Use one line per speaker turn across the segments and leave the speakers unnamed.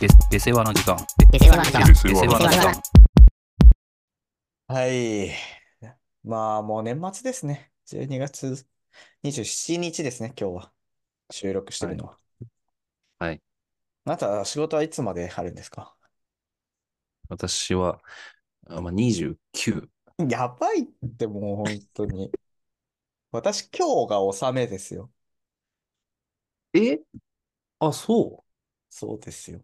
で、で世話の時間。
で世話の時間
で世話の
で
時
世
間
話。
はい。まあ、もう年末ですね。12月27日ですね、今日は。収録してるのは。
はい。
あなた、仕事はいつまであるんですか
私は、あまあ、29。
やばいって、もう本当に。 私、今日が納めですよ。
えあ、そう。
そうですよ。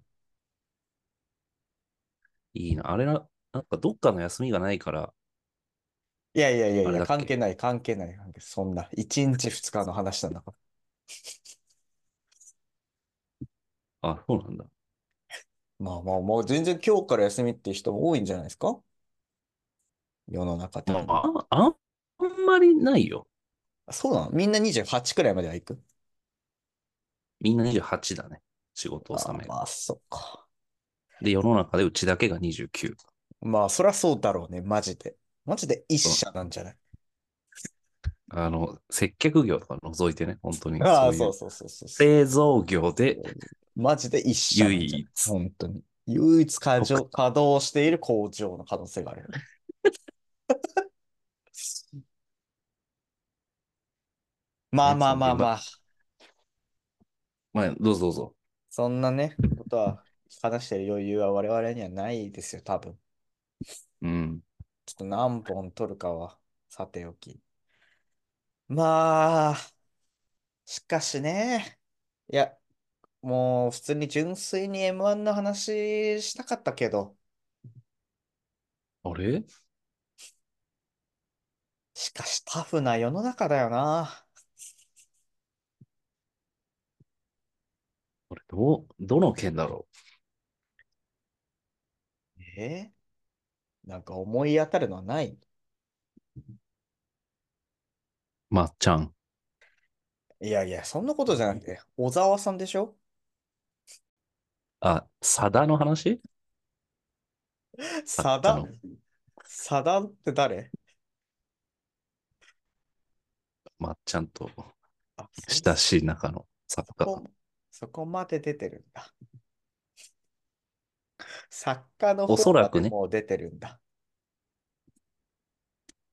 いいな。あれな、なんかどっかの休みがないから、
いやいやいやい
あ
や、
れだっけ
関係ない、関係ない、関係ないそんな、1日2日の話なんだから。
あ、そうなんだ。
まあまあ、もう全然今日から休みっていう人も多いんじゃないですか世の中的に。
あ、あんあんまりないよ。
そうなのみんな28くらいまでは行く
みんな28だね。仕事納め
あ。まあ、そっか。
で、世の中でうちだけが29。
まあ、そりゃそうだろうね、マジで。マジで一社なんじゃない
あの、接客業とか除いてね、本当に。
ああ、
そうい
そううそうそうそうそう。
製造業で、
マジで一社なんじゃない
唯一
本当に。唯一稼働稼働している工場の可能性があるよね。 まあまあまあまあ、
まあ、どうぞどうぞ。
そんなね、ことは話してる余裕は我々にはないですよ、多分。
うん。
ちょっと何本取るかはさておき。まあ、しかしね、いや、もう普通に純粋に M1 の話したかったけど、
あれ
しかしタフな世の中だよな。
これどう、どの件だろ
えなんか思い当たるのはないう
まっちゃん。
いやいや、そんなことじゃなくて、小沢さんでしょ
あ、さだの話
サ
あ
ダ
の
ン、サダンって誰
まっちゃんと
あ、そ
親しい仲の作家。
こ、そこまで出てるんだ。作家の
おそ
方
ら
ま
く
で
ね
もう出てるんだ。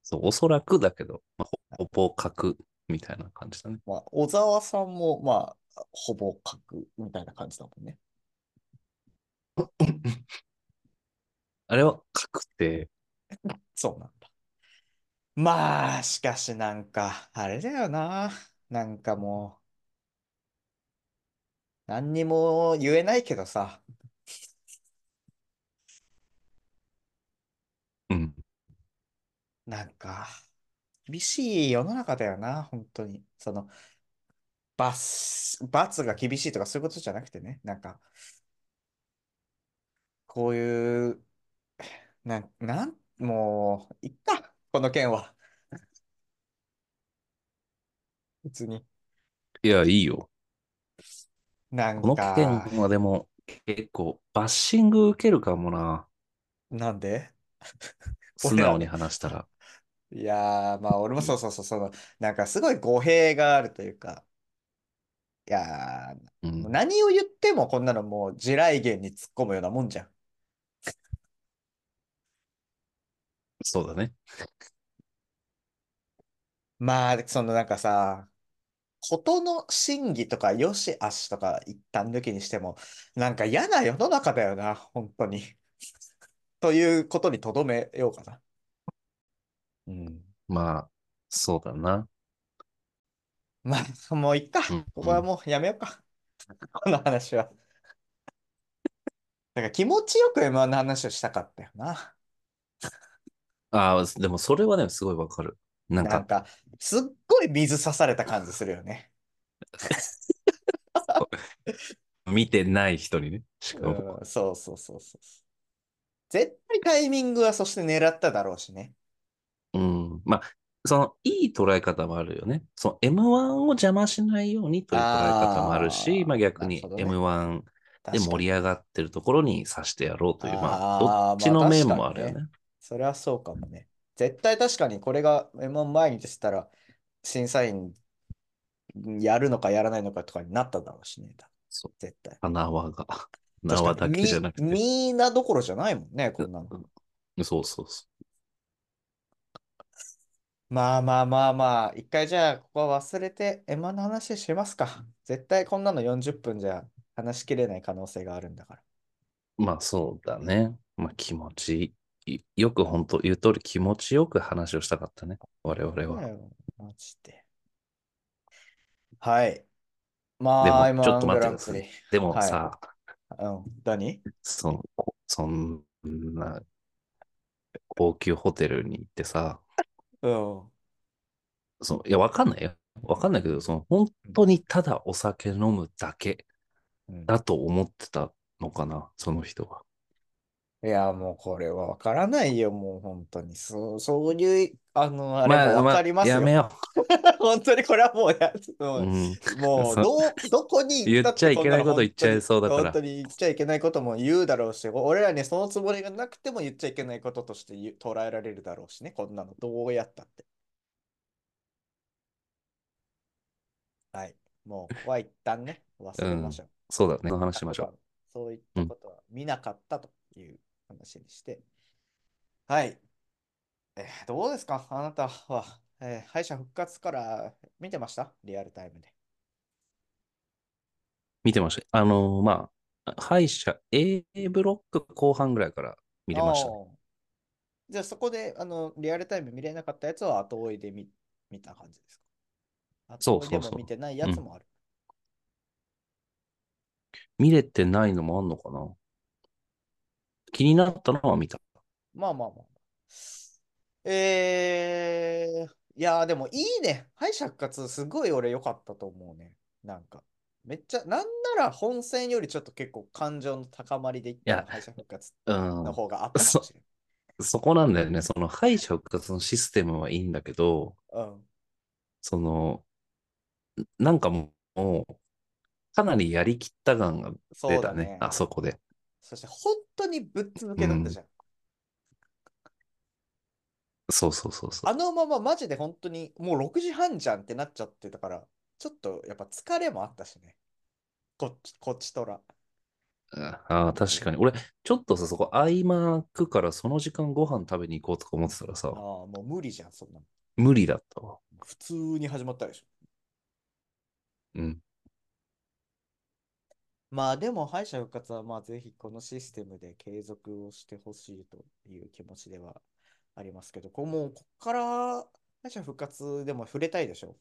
そう、おそらくだけど、まあ、ほほぼ書くみたいな感じだね。
まあ、小沢さんも、まあ、ほぼ書くみたいな感じだもんね。
あれは書くって、
そうなんだ。まあ、しかしなんか、あれだよな。なんかもう、何にも言えないけどさ、
うん。
なんか、厳しい世の中だよな、本当に。その、罰、罰が厳しいとかそういうことじゃなくてね、なんか、こういう、なん、なん、もう、いっか、この件は。 別に。
いや、いいよ。
なん
この
か、
件はでも、結構、バッシング受けるかもな。
なんで
素直に話したら。
いやー、まあ、俺もそうそうそう、その、なんかすごい語弊があるというか、いやー、
うん。
何を言ってもこんなのもう地雷原に突っ込むようなもんじゃん。
そうだね。
まあ、そのなんかさ、ことの真偽とか良し悪しとか一旦抜きにしても、なんか嫌な世の中だよな、本当に。 ということにとどめようかな。うん。
まあ、そうだな。
まあ、もういっか。
うん
ここはもうやめようか。この話は。 なんか気持ちよく M1 の話をしたかったよな。
ああ、でもそれはね、すごいわかる。なん
なん
か、
か、すっごい水刺された感じするよね。
見てない人にね。しかも。
うん、そうそうそうそう。絶対タイミングはそして狙っただろうしね。
うん。まあ、その、いい捉え方もあるよね。その M1 を邪魔しないようにという捉え方もあるし、
あー
まあ逆に
なるほどね
M1 で
確か
盛
に。
り上がってるところに刺してやろうという、まあ、
あー
どっち
ま
の
あ
面もあるよね。
それはそうかもね。絶対確かにこれが M1 前に出てたら、審査員やるのかやらないのかとかになっただろうしね。
そう
絶対。
花輪が。 縄だけじゃなくて。
み、みんなどころじゃないもんね、こんなの。
そうそうそ
まあまあまあまあ、一回じゃあ、ここは忘れて、エマの話しますか。絶対こんなの40分じゃ話しきれない可能性があるんだから。
う。まあそうだね。まあ気持ちいいよく本当言う通り気持ちよく話をしたかったね。我々
だ
は。
よマジで。はい。まあ、
でもちょっと待ってくだ
M1
さい
グランプ
でも
はい
さ、
リ。うん、何
そのこそんな高級ホテルに行ってさ、
うん。
そのいや、わかんないよ。わかんないけど、その本当にただお酒飲むだけ
うん
だと思ってたのかな、その人は。
いや、もうこれはわからないよ、もう本当に。そう、そういう、あの、あれ
まあ
もわ
まあ
かります
や
よ。
めよ
本当にこれはもうや、も
う。
う
うん、
もう
そう
どう、どこに行った
言っちゃいけないこと言っちゃいそうだから
本当に言っちゃいけないことも言うだろうし、俺らにそのつもりがなくても言っちゃいけないこととして言う捉えられるだろうしね、こんなのどうやったって。はい、もうここは一旦ね、忘れましょう。
そうだね。その話しましょう。
そういったことは見なかったという話にして。はい。えーどうですかあなたは、えー敗者復活から見てましたリアルタイムで。
見てました。あのーまあ、敗者 A ブロック後半ぐらいから見れましたね。
ああじゃあそこであのリアルタイム見れなかったやつは後追いで見見た感じですか
そ
後
う
追
そ
いうで
そう
も見てないやつもある。
見れてないのもあんのかな気になったのは見た。
まあまあまあ。えー、いやーでもいいね。敗者復活すごい俺良かったと思うね。なんか。めっちゃ、なんなら本戦よりちょっと結構感情の高まりでいった
いや
敗者復活
うん
の。方があったかもしれ
そこなんだよね。その敗者復活のシステムはいいんだけど、
ない。うん。
その、なんかもう、かなりやりきった感が
そ
出
うだ
たね。
ね。
あそこで。
そして本当にぶっ続けだったじゃん。
そうそうそうそう。
あのままマジで本当にもう6時半じゃんってなっちゃってたから、ちょっとやっぱ疲れもあったしね。こっち、こっちとら。
ああ、確かに。俺、ちょっとさ、そこ、合間くからその時間ご飯食べに行こうとか思ってたら
ああ、
さ、
もう無理じゃん、そんなの。
無理だったわ。
普通に始まったでしょ。
うん。
まあでも敗者復活はまあぜひこのシステムで継続をしてほしいという気持ちではありますけど、こうもうこっから敗者復活でも触れたいでしょ。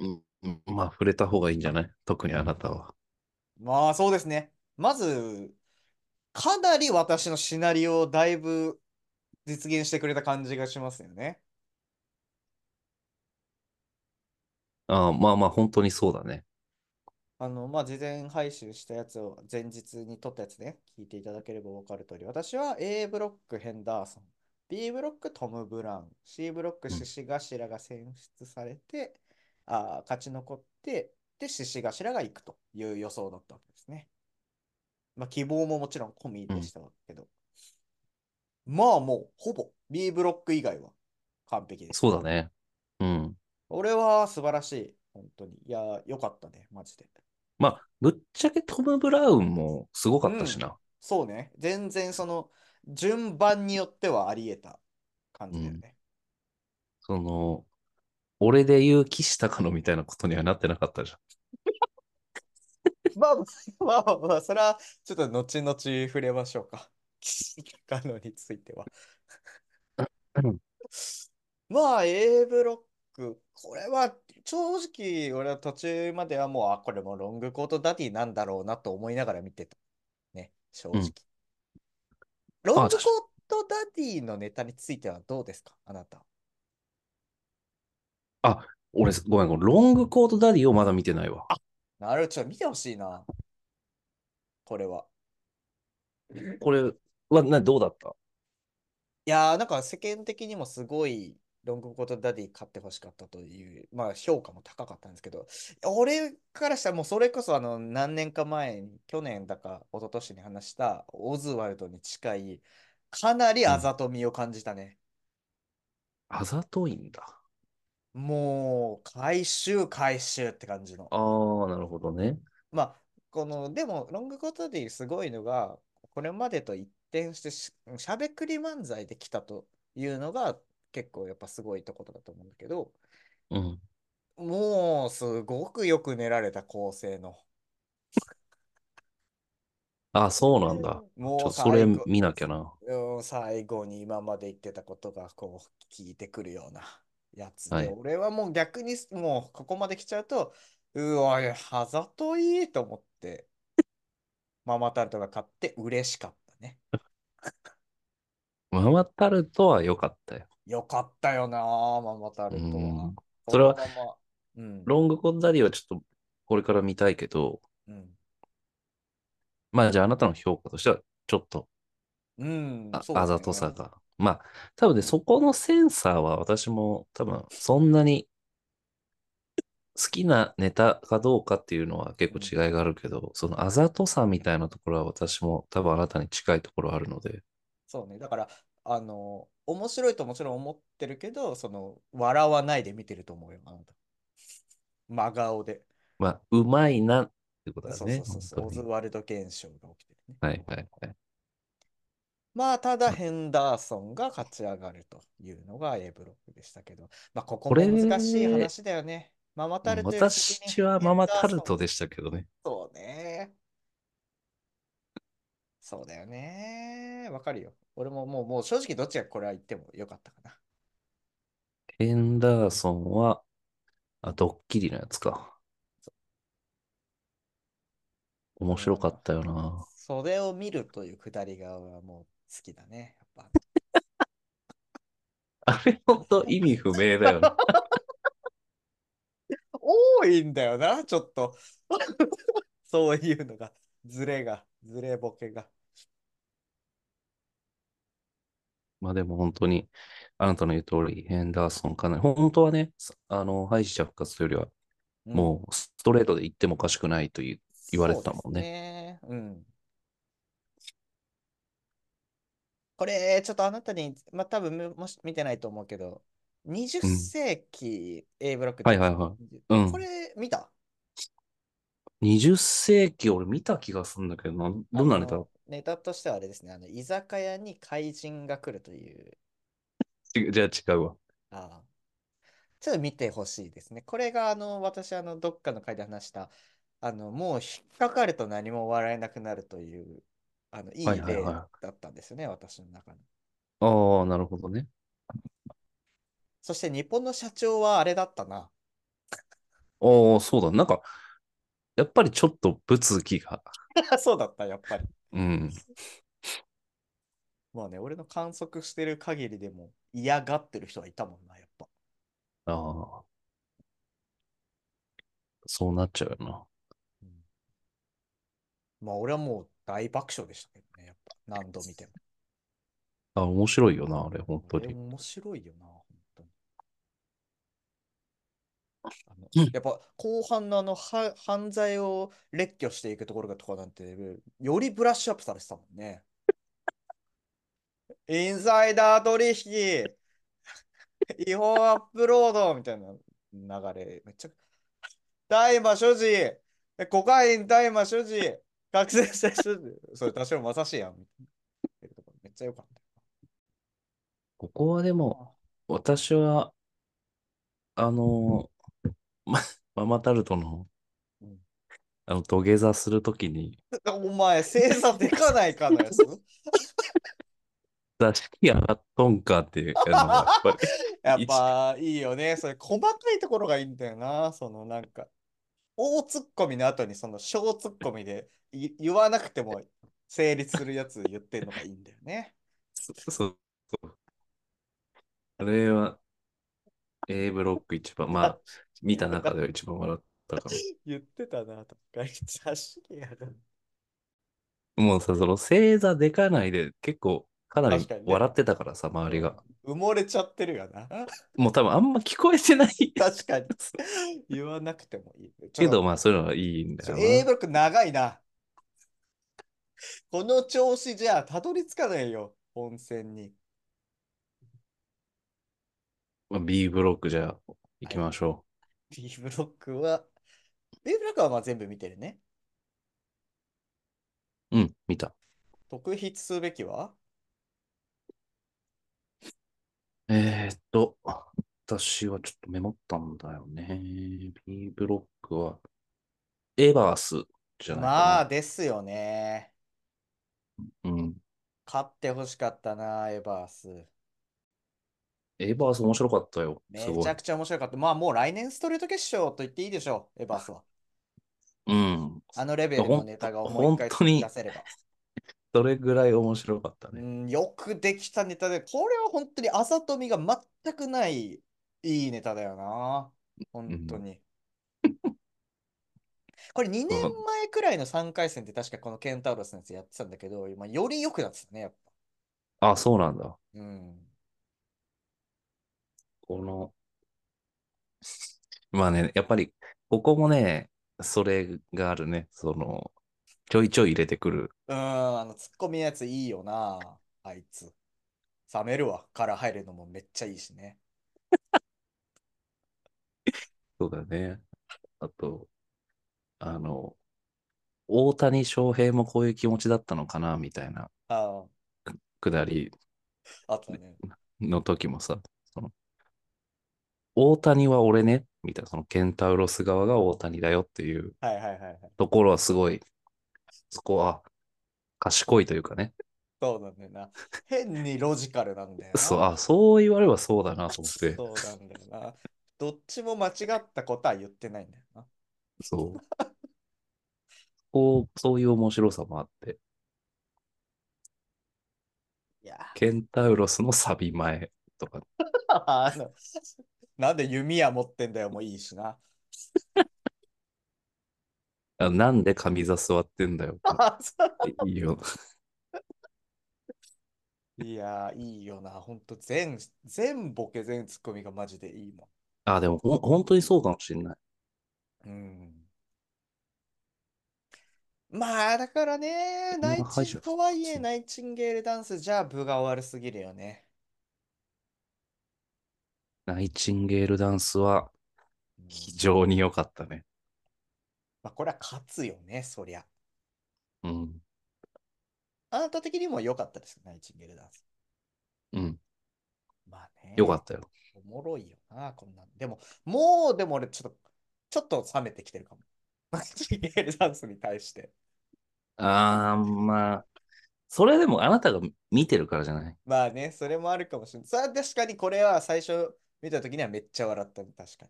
うんうんまあ、触れた方がいいんじゃない特にあなたは。
まあそうですね。まず、かなり私のシナリオをだいぶ実現してくれた感じがしますよね。
ああ、まあまあ、本当にそうだね。
あの、まあ、事前配信したやつを前日に撮ったやつね、聞いていただければ分かる通り、私は A ブロックヘンダーソン、B ブロックトム・ブラウン、C ブロック
うん
獅子頭が選出されて、あー勝ち残って、で、獅子頭が行くという予想だったわけですね。まあ、希望ももちろん込みでしたけど、まあもうほぼ B ブロック以外は完璧です。
そうだね。うん。
俺は素晴らしい、本当に。いやー、よかったね、マジで。
まあ、ぶっちゃけトム・ブラウンもすごかったしな。
そうね。全然その順番によってはあり得た感じだよね。
その、俺で言う岸隆乃みたいなことにはなってなかったじゃん。
まあ まあまあまあ、それはちょっと後々触れましょうか。岸高野については
うん。
まあ A ブロック、これは正直俺は途中まではもう、あ、これもロングコートダディなんだろうなと思いながら見てた。ね、正直。
うん
ロングコ
あ
ー
確かに
トダディのネタについてはどうですかあなた。
俺、ごめん、このロングコートダディをまだ見てないわ。
なるほど、ちょっと見てほしいな。これは。
これは、な、どうだった
いやー、なんか世間的にもすごいロングコートダディ買ってほしかったという、まあ評価も高かったんですけど、俺からしたらもうそれこそあの何年か前に、去年だか一昨年に話したオズワルドに近い、かなりあざとみを感じたね。
あざといんだ。
もう、回収回収って感じの。
ああ、なるほどね。
まあ、この、でも、ロングコートディすごいのが、これまでと一転してし、しゃべくり漫才できたというのが、結構やっぱすごいところだと思うんだけど、
うん。
もう、すごくよく練られた構成の。
あ、そうなんだ。
も
ちょ
う
それ
最後
見なきゃな。
うん最後に今まで言ってたことがこう聞いてくるようなやつで、
はい
俺はもう逆にもうここまで来ちゃうと、うわ、あざといと思って、ママタルトが買って嬉しかったね。
ママタルトは良かったよ。
よかったよな、ママタルト
う
は
ん。それは
このまま、うん、
ロングコートダディはちょっとこれから見たいけど、
うん。
まあじゃああなたの評価としてはちょっと
うん、
あ,、
そうだね
ざとさ。が。まあ多分ね、そこのセンサーは私も多分そんなに好きなネタかどうかっていうのは結構違いがあるけど、そのあざとさみたいなところは私も多分あなたに近いところあるので、
そうね。だから、あの、面白いともちろん思ってるけど、その、笑わないで見てると思うよ、あなた。真顔で。
まあうまいなってことだ
そう
ね。
そうそうそう、オ
本当
ズ
に
ワルド現象が起きてるね。
はいはいはい。
まあ、ただヘンダーソンが勝ち上がるというのが A ブロックでしたけど、まあ、ここ
これ
も難しい話だよね。ママタルトより先に
私はママタルト
ヘンダーソン
でしたけどね。
そうね。そうだよね。わかるよ。俺ももう、もう正直どっちがこれは言ってもよかったかな。
ヘンダーソンは、あ、ドッキリのやつか。面白かったよな。
それを見るというくだりが俺はもう好きだね。やっぱ
あれ、ほんと意味不明だよ ね。
多いんだよな、ちょっと。 そういうのが、ズレが、ズレボケが。
まあでも本当に、あなたの言う通り、ヘンダーソンかなり、本当はね、さあの、敗者復活というよりは、
うん
もうストレートで言ってもおかしくないという、言われてたもんね
そうですね。うん。これ、ちょっとあなたに、まあ、多分むもし見てないと思うけど、20
うん
世紀 A ブロック
はいはいはうん
これ、見た
20世紀俺見た気がするんだけどな、どんなネ
あ
タ
のネタとしてはあれですね、あの居酒屋に怪人が来るという。
ちじゃあ違うわ。
ああちょっと見てほしいですね。これが、あの、私、あの、どっかの回で話した、あの、もう引っかかると何も笑えなくなるという、あの、いい
はいはい
例
はい
だったんですよね、私の中の。
ああ、なるほどね。
そして、日本の社長はあれだったな。
ああ、そうだ。なんか、やっぱりちょっと物議が。
そうだった、やっぱり。
うん。
まあね、俺の観測してる限りでも嫌がってる人はいたもんな、やっぱ。
ああ。そうなっちゃうよな。
まあ、俺はもう大爆笑でしたけどね、やっぱ。何度見ても。
あ、面白いよな、あれ、本当
あれ
に。
面白いよな、本当に。あの
うん
やっぱ後半のあのは犯罪を列挙していくところがとかなんて、よりブラッシュアップされてたもんね。インサイダー取引、違法アップロードみたいな流れ、めっちゃ。大麻所持、えコカイン大麻所持、覚醒剤所持、それ多少まさしいやん。めっちゃ良かった。
ここはでも、私は、あの、ま、 ママタルトの
うん、
あの、土下座するときに、
お前、精査でかないかの やつ
座敷上がっとんかっていうのが、やっぱり
やっぱいいよね。それ細かいところがいいんだよな。そのなんか、大ツッコミの後にその小ツッコミでい言わなくても成立するやつ言ってんのがいいんだよね。
そうそう。あれは、A ブロック一番、まあ、見た中では一番笑ったか
言ってたな、とか。座敷やる。
も。もうさ、その、正座でかないで、結構、かなり
確かにね
笑ってたからさ、周りが。
埋もれちゃってるよな。
もう多分あんま聞こえてない
確かに。言わなくてもいい。
けど、まあ、そういうのはいいんだ
ち
よ
ょ
な。
英語力長いな。この調子じゃたどり着かないよ、本戦に。
まあ B ブロックじゃあ行きましょ
B ブロックは、B ブロックはまあ全部見てるね。
うん、見た。
特筆すべきは
えーっと、私はちょっとメモったんだよね。B ブロックは、エバースじゃない
まあ
か
ですよね。
な。うん。
勝ってほしかったな、エバース。
エバース面白かったよ。
め
すご
ち
い
ゃ。くちゃ面白かった。まあもう来年ストリート決勝と言っていいでしょう、エバースは。
うん。
あのレベルのネタが思いっかい
ほんとに
出せれば。
どれぐらい面白かった
う
ね。
ん、よくできたネタで、これは本当にあざとみが全くないいいネタだよな。本当に。これ2年前くらいの3回戦で確かこのケンタウロスのやつやってたんだけど、今より良くなってたね、やっぱ。
あ、そうなんだ。
うん。
この、まあね、やっぱり、ここもね、それがあるね。その、ちょいちょい入れてくる。
うん、あの、ツッコミのやついいよな、あいつ。冷めるわから入るのもめっちゃいいしね。
そうだね。あと、あの、大谷翔平もこういう気持ちだったのかな、みたいな
あ
くだり
あ、あとね。
の時もさ、その、大谷は俺ね、みたいな、そのケンタウロス側が大谷だよっていう
はいはいはいはい。
ところはすごい、そこは賢いというかね。
そうなんだよな。変にロジカルなんだよな。
そう、あ、そう言われればそうだなと思って、
そうなんだよな。どっちも間違ったことは言ってないんだよな。
そう。こう、そういう面白さもあって、
いや
ケンタウロスのサビ前とか、
ーあのなんで弓矢持ってんだよもいいし な。
あなんで神座座ってんだよ。いいよ。
いやー、いいよな。ほんと全、全ボケ全ツッコミがマジでいいも
あ、でもほん、本当にそうかもしれない。
ん。うん。まあ、だからね、ナイ
まあ排
チ
除
ン、とはい
そ
え
う
ナイチンゲールダンスじゃ部が悪すぎるよね。
ナイチンゲールダンスは
うん
非常に良かったね。
まあ、これは勝つよね、そりゃ。
うん。
あなた的にも良かったですよ、ナイチンゲールダンス。
うん。
まあね。
良かったよ。
おもろいよな、こんなん。でも、もう、でも俺、ちょっと、ちょっと冷めてきてるかも。マジゲールダンスに対して。
あー、まあ、それでもあなたが見てるからじゃない
まあね、それもあるかもしれない。それは確かに、これは最初見たときにはめっちゃ笑ったね、確か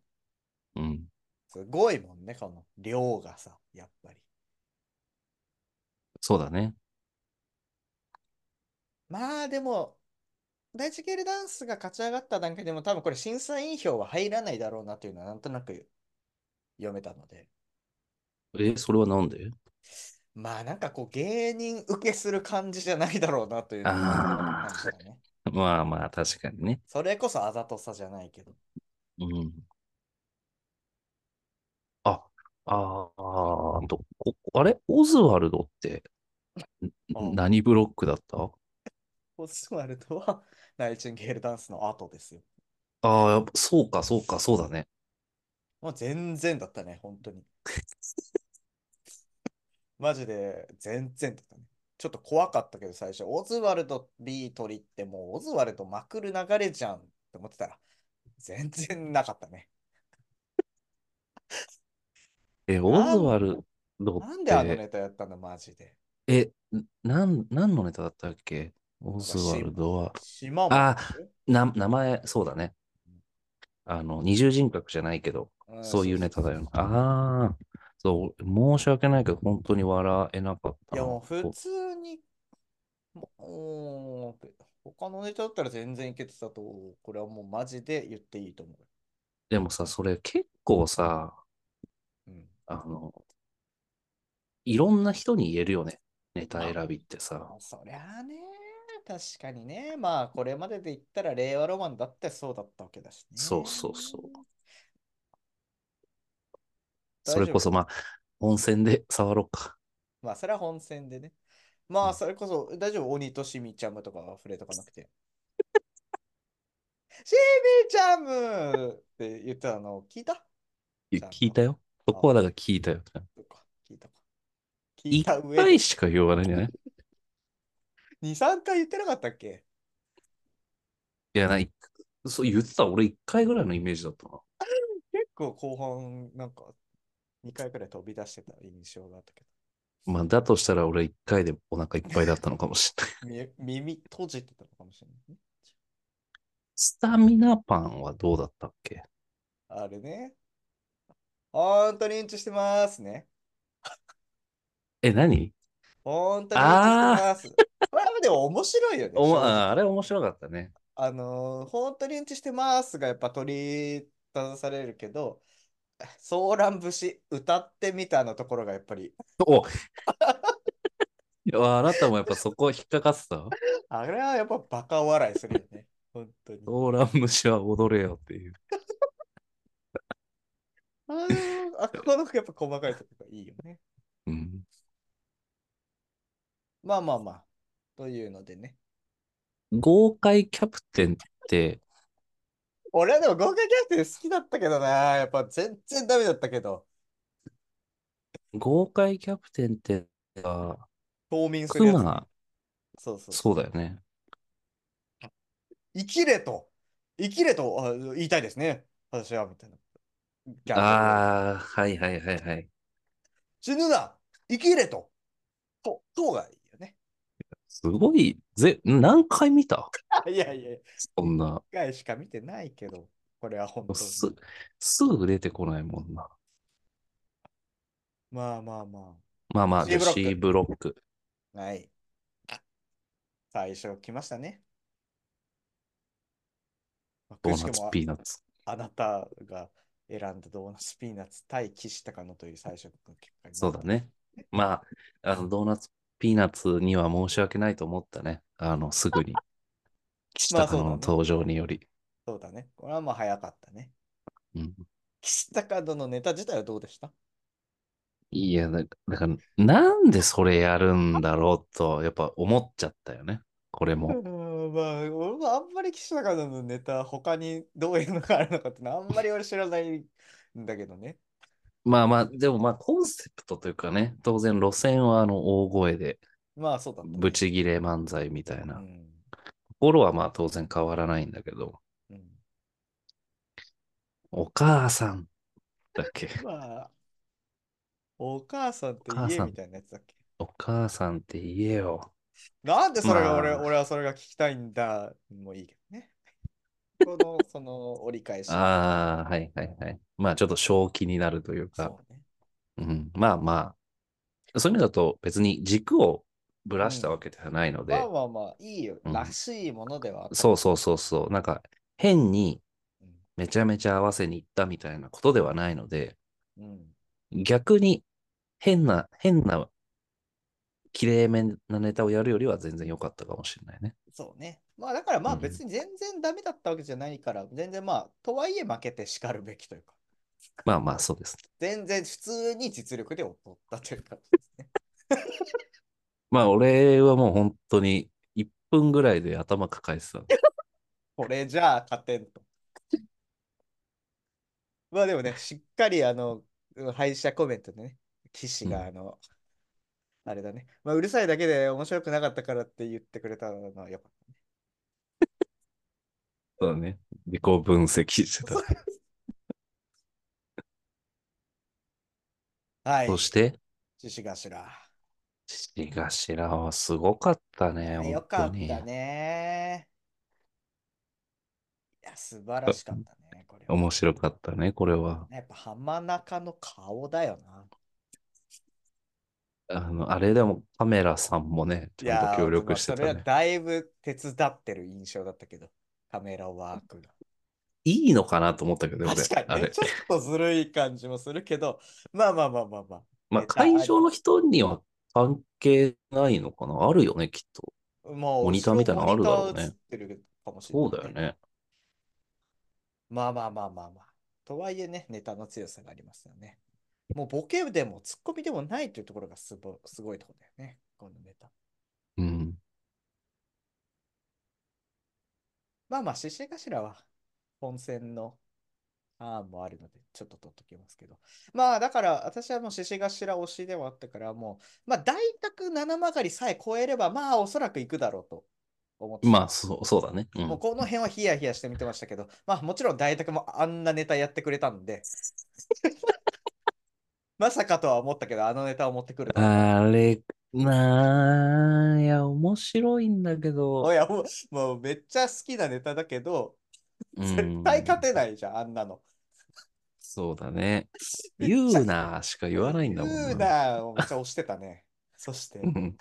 に。
うん。
すごいもんね、この量がさ、やっぱり。
そうだね。
まあでも、第一ゲールダンスが勝ち上がった段階でも、多分これ審査員票は入らないだろうなというのは、なんとなく読めたので。
え、それはなんで
まあなんかこう、芸人受けする感じじゃないだろうなというのを
あー
感じたね。
まあまあ、確かにね。
それこそあざとさじゃないけど。
うん。あ、あーと、こあれオズワルドってん
うん
何ブロックだった
オスワルドはナイチンゲールダンスの後ですよ。
ああ、やっぱそうか、そうか、そうだね。
もう全然だったね、本当に。 マジで全然だったね。ちょっと怖かったけど最初、オズワルドビートリってもうオズワルドまくる流れじゃんって思ってたら、全然なかったね。
え、オズワルドって、
なんであのネタやったの、マジで。
え、なん、何のネタだったっけオズワルドは、
島も
あな、名前、そうだね。あの、二重人格じゃないけど、
ん
そういうネタだよ
そうそう
な。
そう
ああ、そう、申し訳ないけど、本当に笑えなかった
いや
な。
もう
そ
普
う
通に、ももう他のネタだったら全然いけてたと思う、これはもうマジで言っていいと思
でもさ、それ結構さ、
う。うん、
あの、いろんな人に言えるよね。ネタ選びってさ
あ。そりゃあね、確かにね、まあこれまでで言ったら令和ロマンだってそうだったわけだしね。。
そうそうそうそれこそ、まあ、温泉で触ろうか。
まあそれは本戦でね。ま
う
あ
ん
それこそ大丈夫、鬼としみちゃむとかは触れとかなく て。しみちゃむって言ったの聞いた
いや聞いたよ。そこはだから聞いたよ。
とか、聞いたか。聞いた
一
上で
回、しか言わないんじゃない
2、3回言ってなかったっけ
いや、ない、そう言ってた俺一回ぐらいのイメージだったな。
結構後半、なんか、2回くらい飛び出してた印象があったけ
まあ、だとしたら俺一回でお腹いっぱいだったのかもし れない。
ど、み耳閉じてたのかもしれないね。
スタミナパンはどうだったっけ
あれね。本当にうんちしてますね。
え、何
本当にうんちしてます。これはでも面白いよね。
お
正直
ああれ面白かったね。
あのー本当にうんちしてますがやっぱ取り出されるけど、ソーラン節歌ってみたのところがやっぱり、
おいやあなたもやっぱそこ引っかかってた
あれはやっぱバカ笑いするよね。本当に。
ソーラン節は踊れよっていう。
あのあこのやっぱ細かいとこがいいよね。
うん。
まあまあまあ。というのでね。
豪快キャプテンって、
俺はでも豪華キャプテン好きだったけどな。やっぱ全然ダメだったけど、
豪快キャプテンって、あ
冬眠する
ク
やつね。
マ、
そうそう
そうだよね。
生きれと、生きれとあ言いたいですね。私は、みたいな。ギャグ
ああ、はいはいはいはい。
死ぬな生きれとと、とがいいよね。
すごい、ぜ、何回見た
いやいや、1
そんな。
回しか見てないけど、これは本当に。
す、すぐ出てこないもんな。
まあまあま
まあまあ、
C ブロック
C ブロック。
あ。はい。最初来ましたね。まあ
ド
く
ー
し
ナ
く
ツ
も
ピーナッツ。
あなたが選んだドーナツピーナッツ対岸高野という最初の結果に
そうだ。ね。まあ、あの、ドーナツピーナッツには申し訳ないと思ったね。あの、すぐ に。岸
まあ
高
そう
野
だ
の
ね
登場により。
そうだね。これはまあ早かったね。
うん
岸高野のネタ自体はどうでした
いや、だだから、なんでそれやるんだろうと、やっぱ思っちゃったよね。これ
う
も。
んまあ、俺もあんまり岸高野のネタ、他にどういうのがあるのかってのはあんまり俺知らないんだけどね。
まあまあ、でもまあ、コンセプトというかね、当然路線はあの、大声で、
まあ、そうだったね。
ブチギレ漫才みたいうな。と
ん。
ころはまあ、当然変わらないんだけど、
うん
お母さんだっけ。
まあ、お母さんと
お母
家
さん
みたいなやつだっけ。
お母さんって言えよ。
なんでそれが俺,、
まあ
俺はそれが聞きたいんだもういいけどね。この、その折り返し。
ああ、はいはいはい。まあちょっと正気になるというか、
そうね。
うん、まあまあ、そういう意味だと別に軸をぶらしたわけではないので、
まあまあまあ、いいよ。
うん
らしいものではあった
そうそうそうそう、なんか変に
うん
めちゃめちゃ合わせに行ったみたいなことではないので、
うん。
逆に変な、変な、きれいめなネタをやるよりは全然良かったかもしれないね。
そうね。まあだからまあ
うん
別に全然ダメだったわけじゃないから、全然まあ、とはいえ負けて叱るべきというか、
まあまあそうです。
全然普通に実力で劣ったというか、
まあ俺はもう本当に1分ぐらいで頭抱えてた。
これじゃあ勝てんと。まあでもね、しっかりあの、敗者コメントでね、騎士
うん
があの、あれだね、まあうるさいだけで面白くなかったからって言ってくれたのはよかっ
そうだね。自己分析してた。
た。はい
そ、して、
獅子頭。
獅子頭はすごかったね、
よ
本
か
当
っ
に。
たね。いや、素晴らしかったね、これは。
面白かったね、これは。
やっぱ浜中の顔だよな。
あの、あれでもカメラさんもね、ちゃんと協力して
いやそれ
た
は
ね。
だいぶ手伝ってる印象だったけど、カメラワークが。
いいのかなと思ったけど、俺
確か
あ
にね、
れ。
ちょっとずるい感じもするけど、まあまあまあまあま
まあ、
ネタあり
会場の人には関係ないのかなあるよね、きっと。
あ。もう
モニターみたいなのあるだろ
後ろモ
うね
ニター映ってるかもしれな
そ
いう
だよ。ね。
まあまあまあまあまあ。とはいえね、ネタの強さがありますよね。もうボケでもツッコミでもないというところがすごすごいところだよね、このネタ。
うん。
まあまあ、獅子頭は本戦のあーもあるので、ちょっと取っときますけど。まあ、だから私はもう獅子頭推しではあったから、もう、まあ、大角七曲がりさえ超えれば、まあ、おそらく行くだろうと思ってた。
まあ、そう、そうだね。う。
もうんこの辺はヒヤヒヤして見てましたけど、まあもちろん大宅もあんなネタやってくれたんで、 まさかとは思ったけど、あのネタを持ってくるとは。
あれ、なあ、いや、面白いんだけ
お
ど、
や、もう、もうめっちゃ好きなネタだけど、
う
絶対勝
ん、
てないじゃん、あんなの。
そうだね。
めっち
言
ゃ
うなしか言わないんだもん
言う
な。
な、めっちゃ押してた ね。そして、
うん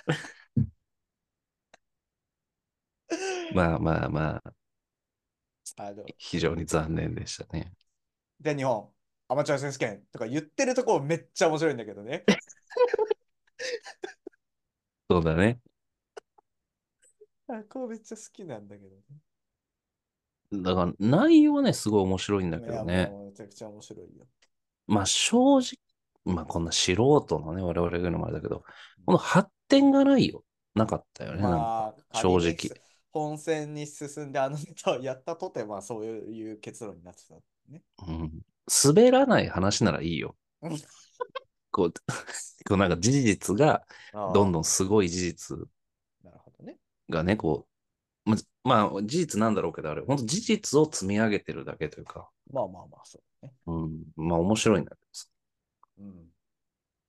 まあまあまあ、
あの、
非常に残念でしたね。
で、日本、アマチュア選手権とか言ってるとこめっちゃ面白いんだけど ね。
そうだね。
あ、こうめっちゃ好きなんだけどね。
だから、内容はね、すごい面白いんだ
い
けど
や、
ね。
もうめちゃくちゃ面白いよ。
まあ正直、まあこんな素人のね、我々が言うのもあれだけど、この発展がないよ。なかったよね、なんか、
まあ、仮
正
にす
直。
本戦に進んであのネタをやったとて、まあそういう結論になってたね。
うん。滑らない話ならいいよ。
うん
こう、 こうなんか事実が、どん
あ
どんすごい事実
あ、なるほどね。
がね、こう、ま、まあ事実なんだろうけど、あれ、本当事実を積み上げてるだけというか、
まあまあまあ、そうね。
うん、まあ面白いんだけ
うん。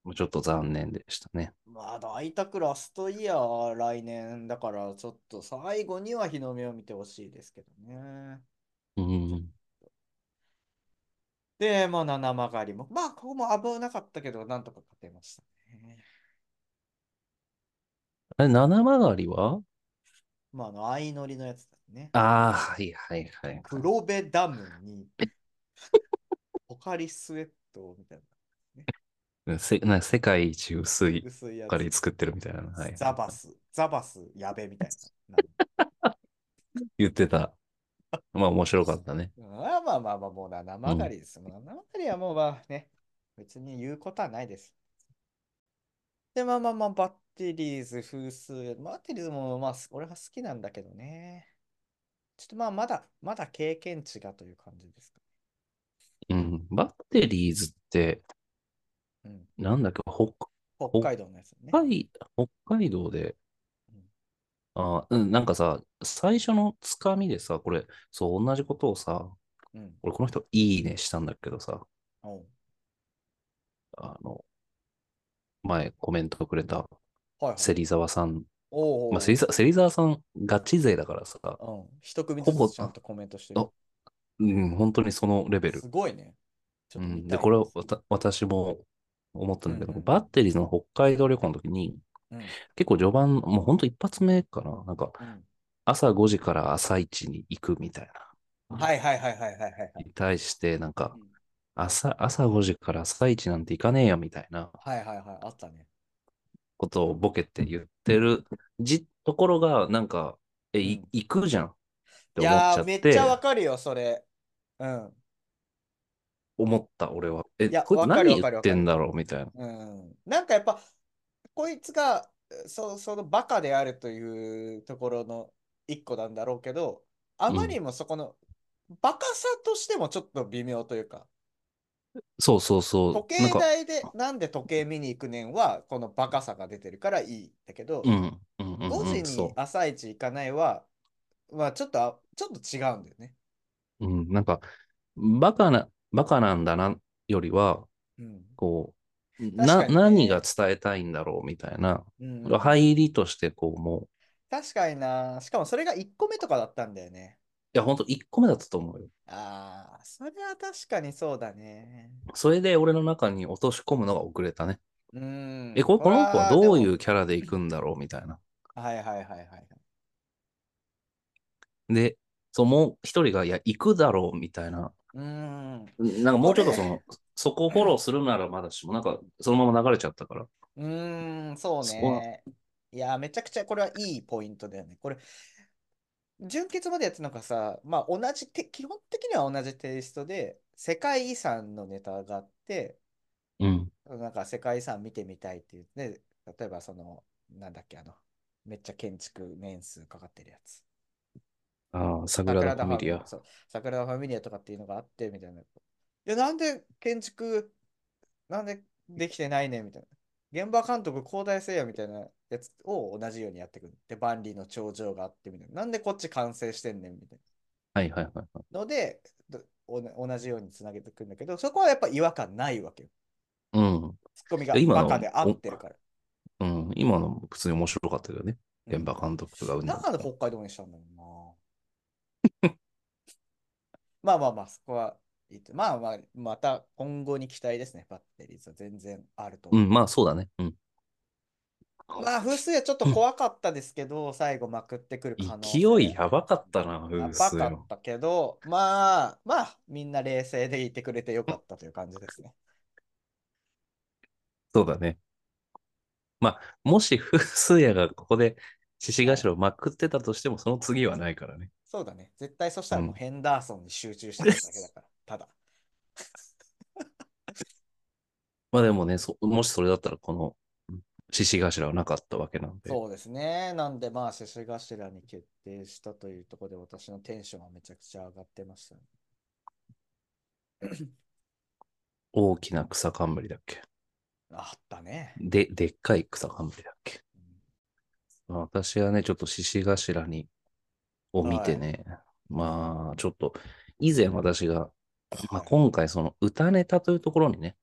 ど、ちょっと残念でしたね。
まあ、大拓ラストイヤー来年だから、ちょっと最後には日の目を見てほしいですけどね。
うん。
で、まあ、七曲がりも。まあ、ここも危なかったけど、なんとか勝てましたね。
あれ、七曲がりは
まあ、あの、相乗りのやつだね。
ああ、はいはいはいはい。
黒部ダムにポカリスエットみたいな、ね、
せ、な、世界一薄い
薄いや
カリ
つ。
ー作ってるみたいな。はいはい
ザバス、ザバス、やべみたいな。なん
言ってた。まあ面白かったね。
まあまあまあまあ、もう七
う
曲が
ん。
りです。もう七曲がりはもうまあね、別に言うことはないです。で、まあまあまあ、バッテリーズ、風数、バッテリーズもまあ、俺は好きなんだけどね。ちょっとまあ、まだ、まだ経験値がという感じですか。
うん。バッテリーズって、
うん。
なんだっけ、北、
北
北
海道のやつね。
海、北海道で、
うん
あー、うん、なんかさ、最初のつかみでさ、これ、そう、同じことをさ、
うん。
俺この人いいねしたんだけどさ、
おう
あの、前コメントくれた
はいはい。
芹沢さん、まあ、
おう
芹沢、芹沢さんガチ勢だからさ、
おうおう。うん。一組
ほ
ず
ぼ、
つちゃん
あ、
とコメントしてる。
あうん、本当にそのレベル。
すごいね。ちょ
う
っと見
ん、
た
で、
い
これ
な。
をわた私も思った
うんん
だけど、
う
バッテリーズの北海道旅行の時に、
んうん。
結構序盤、もうほんと一発目かな、なんか
うん。
朝5時から朝一に行くみたい
うん。
な、
はいはいはいはいはいはいはい。
に対して、なん
う
か
ん
朝、朝5時から朝一なんて行かねえよみたいな
はいはいはい。あったね。
ことをボケて言ってるじところが、なんか、え、
う
い
ん。
行くじゃんって
い
思っ
や
ちゃ
ー、
っ
めっちゃわ
て、
かるよ、それ。うん。
思った俺は、え、
いや、
こいつ
わかる
何
わ
言っ
かるわ
て
か
ん
る。
だろうみたいな。
うん。なんかやっぱ、こいつが、そ、そのバカであるというところの一個なんだろうけど、あ
う
ま
ん。
りにもそこの、バカさとしてもちょっと微妙というか、
そうそうそ
時
う。なん
計
か、
台で、なんで時計見に行くねんは、このバカさが出てるからいいんだけ
う
ど、
ん、うん、う
5
ん、う
時
ん、
に
そ
朝一行かないは、まあちょっとあ、ちょっと違うんだよね。
う。うん、なんか、バカな、バカなんだな、よりは、
うん。
こう、
確
な、
かに
何が
ね。
伝えたいんだろうみたいな、
うんうんうん。
入りとして、こう、もう、
確かにな。しかもそれが1個目とかだったんだよね。
いや、ほんと1個目だったと思うよ。
ああ、それは確かにそうだね。
それで、俺の中に落とし込むのが遅れたね。
う
え、
ん。
これ、
こ
こ
れ
の子は
は、で
どうい
も、
うキャラで行くんだろうみたいな。
はいはいはいはい。
で、そう、もう一人が、いや、行くだろうみたいな。
うん。
なんかも
こ
うちょっとそ
れ、
の、そこをフォローするならまだしも、なんか、そのまま流れちゃったから、
うん、そう
そこは、
ね。いやー、めちゃくちゃこれはいいポイントだよね。これ、純潔までやってたのがさ、まあ同じて、基本的には同じテイストで、世界遺産のネタがあって、
うん、
なんか世界遺産見てみたいっていうね、例えばその、なんだっけ、あの、めっちゃ建築年数かかってるやつ。
ああ、サグ
サ
ラ
グラ
ダ・ファ
ダ・フ
ミ
ァ
リア。
そう、サグラダ・ファミリアとかっていうのがあってみたいな。や、なんで建築、なんでできてないねんみたいな。現場監督、交代せよみたいなやつを同じようにやってくる。で、万里の頂上があってみたいな。なんでこっち完成してんねんみたい
はいはいはいはい。
な。ので、どおな同じようにつなげてくるんだけど、そこはやっぱ違和感ないわけよ。
うん。
ツッコミが
今
バ
の
カで合ってるから。
うん。今のも普通に面白かったけどね。現場監督がうんぬん
だから北海道にしたんだよな。 まあまあまあ、そこはいいとまあまあ、また今後に期待ですね、バッテリーズは全然あると
う
思う。
ん、まあそうだね。うん。
まあ、風水はちょっと怖かったですけど、 最後まくってくる可能
勢いやばかったな、風
やば
水
か
の
っ。たけど、まあまあ、みんな冷静でいてくれてよかったという感じですね。
そうだね。まあ、もし風水屋がここで獅子頭をまくってたとしても、その次はないからね。
そうだね。絶対そしたらもうヘンダーソンに集中してるだけだから、ただ。
まあでもね、そもしそれだったら、このうん獅子頭はなかったわけなんで。
そうですね。なんで、まあ、獅子頭に決定したというところで、私のテンションはめちゃくちゃ上がってましたね、
大きな草冠だっけ
あったね。
で、でっかい草冠だっけ
うん
まあ私はね、ちょっと獅子頭に、を見てね、まあ、ちょっと、以前私が、まあ、今回その歌ネタというところにね、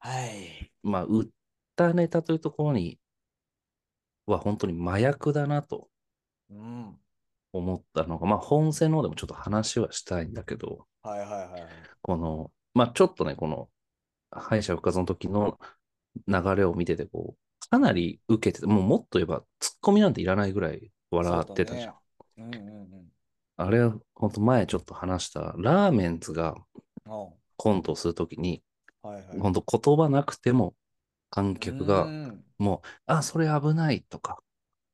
はい。
まあ、歌ネタというところには本当に麻薬だなと
うん。
思ったのが、まあ、本戦の方でもちょっと話はしたいんだけど、
はいはいはいはい。
この、まあ、ちょっとね、この敗者復活の時の流れを見てて、こう、かなり受けてて、もうもっと言えば、ツッコミなんていらないぐらい笑ってたじゃん。
そうだね。うんうんうん。
あれは、ほんと前ちょっと話した、ラーメンズが
お
コントをするときに、
うはいはい。
ほんと言葉なくても、観客
う
が、
ん
もう、あ、それ危ないとか、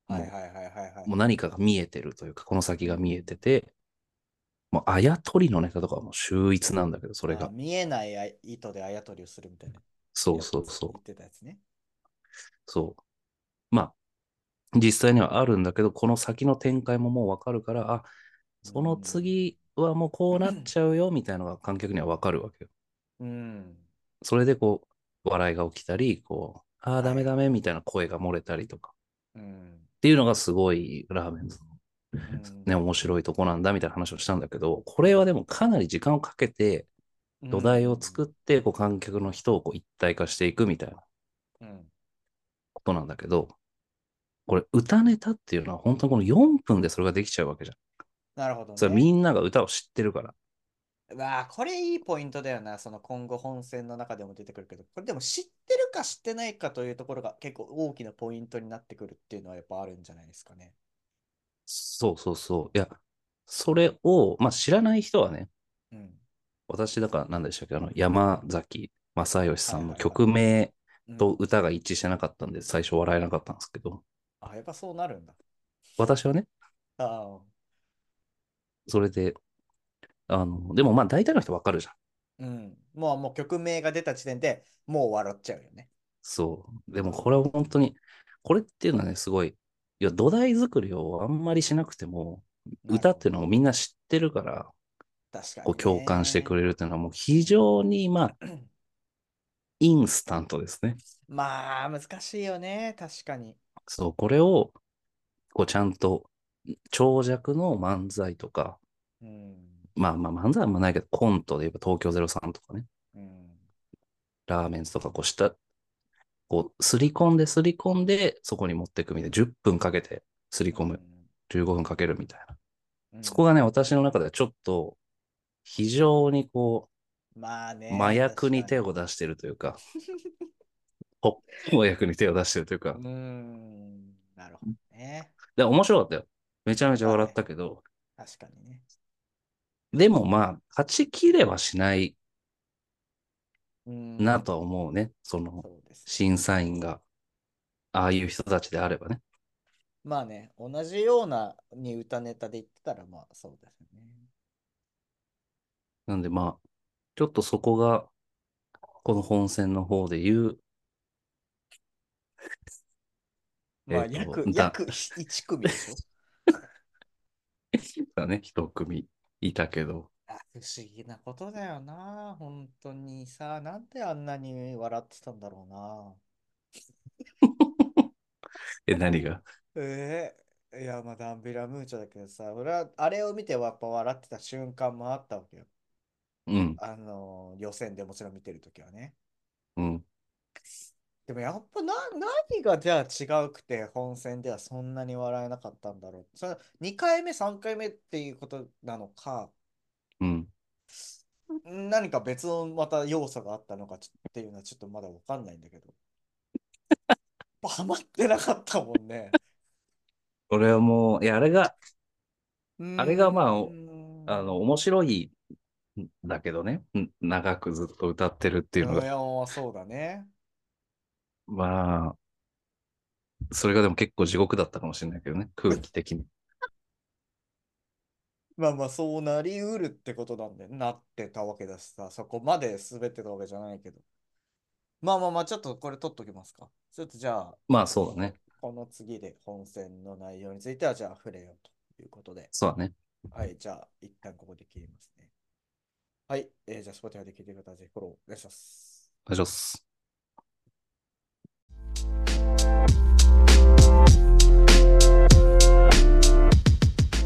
はい
も
はいはいはいは
う
い。
もう何かが見えてるというか、この先が見えてて、もう、あやとりのネタとかはもう秀逸なんだけど、それ
あ
が。
見えないあ糸であやとりをするみたいな。
そうそうそう
言。ってたやつね。
そう。まあ、実際にはあるんだけど、この先の展開ももうわかるから、あ、その次はもうこうなっちゃうよ、みたいなのが観客にはわかるわけよ。
うん。
それでこう、笑いが起きたり、こう、あ
は
あ、
い
ダメダメみたいな声が漏れたりとか、
うん。
っていうのがすごいラーメンズの
うん
ね、面白いとこなんだみたいな話をしたんだけど、これはでもかなり時間をかけて土台を作って、こう観客の人をこう一体化していくみたいな
うん。
ことなんだけど、これ歌ネタっていうのは本当にこの4分でそれができちゃうわけじゃん。
なるほどね。
それはみんなが歌を知ってるから。
わあ、これいいポイントだよな。その今後本戦の中でも出てくるけど、これでも知ってるか知ってないかというところが結構大きなポイントになってくるっていうのはやっぱあるんじゃないですかね。
そうそうそう。いや、それを、まあ知らない人はね、
うん。
私だから何でしたっけ、あの、山崎正義さんの
はいはいはい
曲名
うん
と歌が一致してなかったんで、最初笑えなかったんですけど、
あ、やっぱそうなるんだ。
私はね、
あ
それで、あの、でもまあ大体の人わかるじゃん。
あ、うん。もう、もう曲名が出た時点でもう笑っちゃうよね。
そう。でもこれは本当に、これっていうのはね、すごい、いや、土台作りをあんまりしなくても、歌っていうのをみんな知ってるから、
なるほど確かに、
こう共感してく
る。
れるっていうのはもう非常に、まあ、インスタントですね。
まあ、難しいよね。確かに。
そう、これを、こうちゃんと、長尺の漫才とか、
うん。
まあまあ漫才はあんまないけど、コントで言えば東京03とかね、
うん。
ラーメンズとか、こうした、こう、すり込んで、すり込んで、そこに持っていくみたいな、10分かけて、すり込む、15分かけるみたいな。
うん。
そこがね、私の中ではちょっと、非常にこ
まあね。
う、麻薬に手
を。
を出してるというか、ほ麻薬に手を出してるというか
う、ん。なるほどね。
で、面白かったよ。めちゃめちゃ笑ったけど、
確かにね。
でもまあ、勝ちきれはしない
うん
なとは思うね。その、
そうですね。
審査員が、ああいう人たちであればね。
まあね、同じようなに歌ネタで言ってたら、まあそうですよね。
なんでまあ、ちょっとそこが、この本戦の方で言う、
まあ
えーと
約、
だ
約1組でしょ
だね、一組いたけど、
あ不思議なことだよな。本当にさ、なんであんなに笑ってたんだろうな。
え、何が
ええいや、まあ、ダンビラムーチョだけどさ、俺はあれを見てやっぱ笑ってた瞬間もあったわけよ。
うん、
あの、予選でもちろん見てるときはね。
うん。
でもやっぱな、何がじゃあ違うくて、本戦ではそんなに笑えなかったんだろう。それ2回目、3回目っていうことなのか、
うん。
何か別のまた要素があったのかちょっていうのはちょっとまだわかんないんだけど。ハマってなかったもんね。
俺はもう、いや、あれが、
あ
あれがまああ
あ
の、面白いんだけどね、ん長くずっと歌ってるっていうの
い
が、
や、そうだね。
まあ、それがでも結構地獄だったかもしれないけどね、空気的に。
まあまあそうなりうるってことなんでなってたわけだしさ、そこまで滑ってたわけじゃないけど。まあまあまあ、ちょっとこれ取っときますか。ちょっとじゃあ、
まあ、そうだね。
この次で本戦の内容については、じゃあ触れようということで。
そうだね。
はい、じゃあ、一旦ここで切りますね。はい、えーじゃあ、Spotify で聞いてください。ぜひフォローお願いします。
お願いします。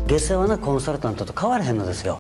下世話なコンサルタントと変わらへんのですよ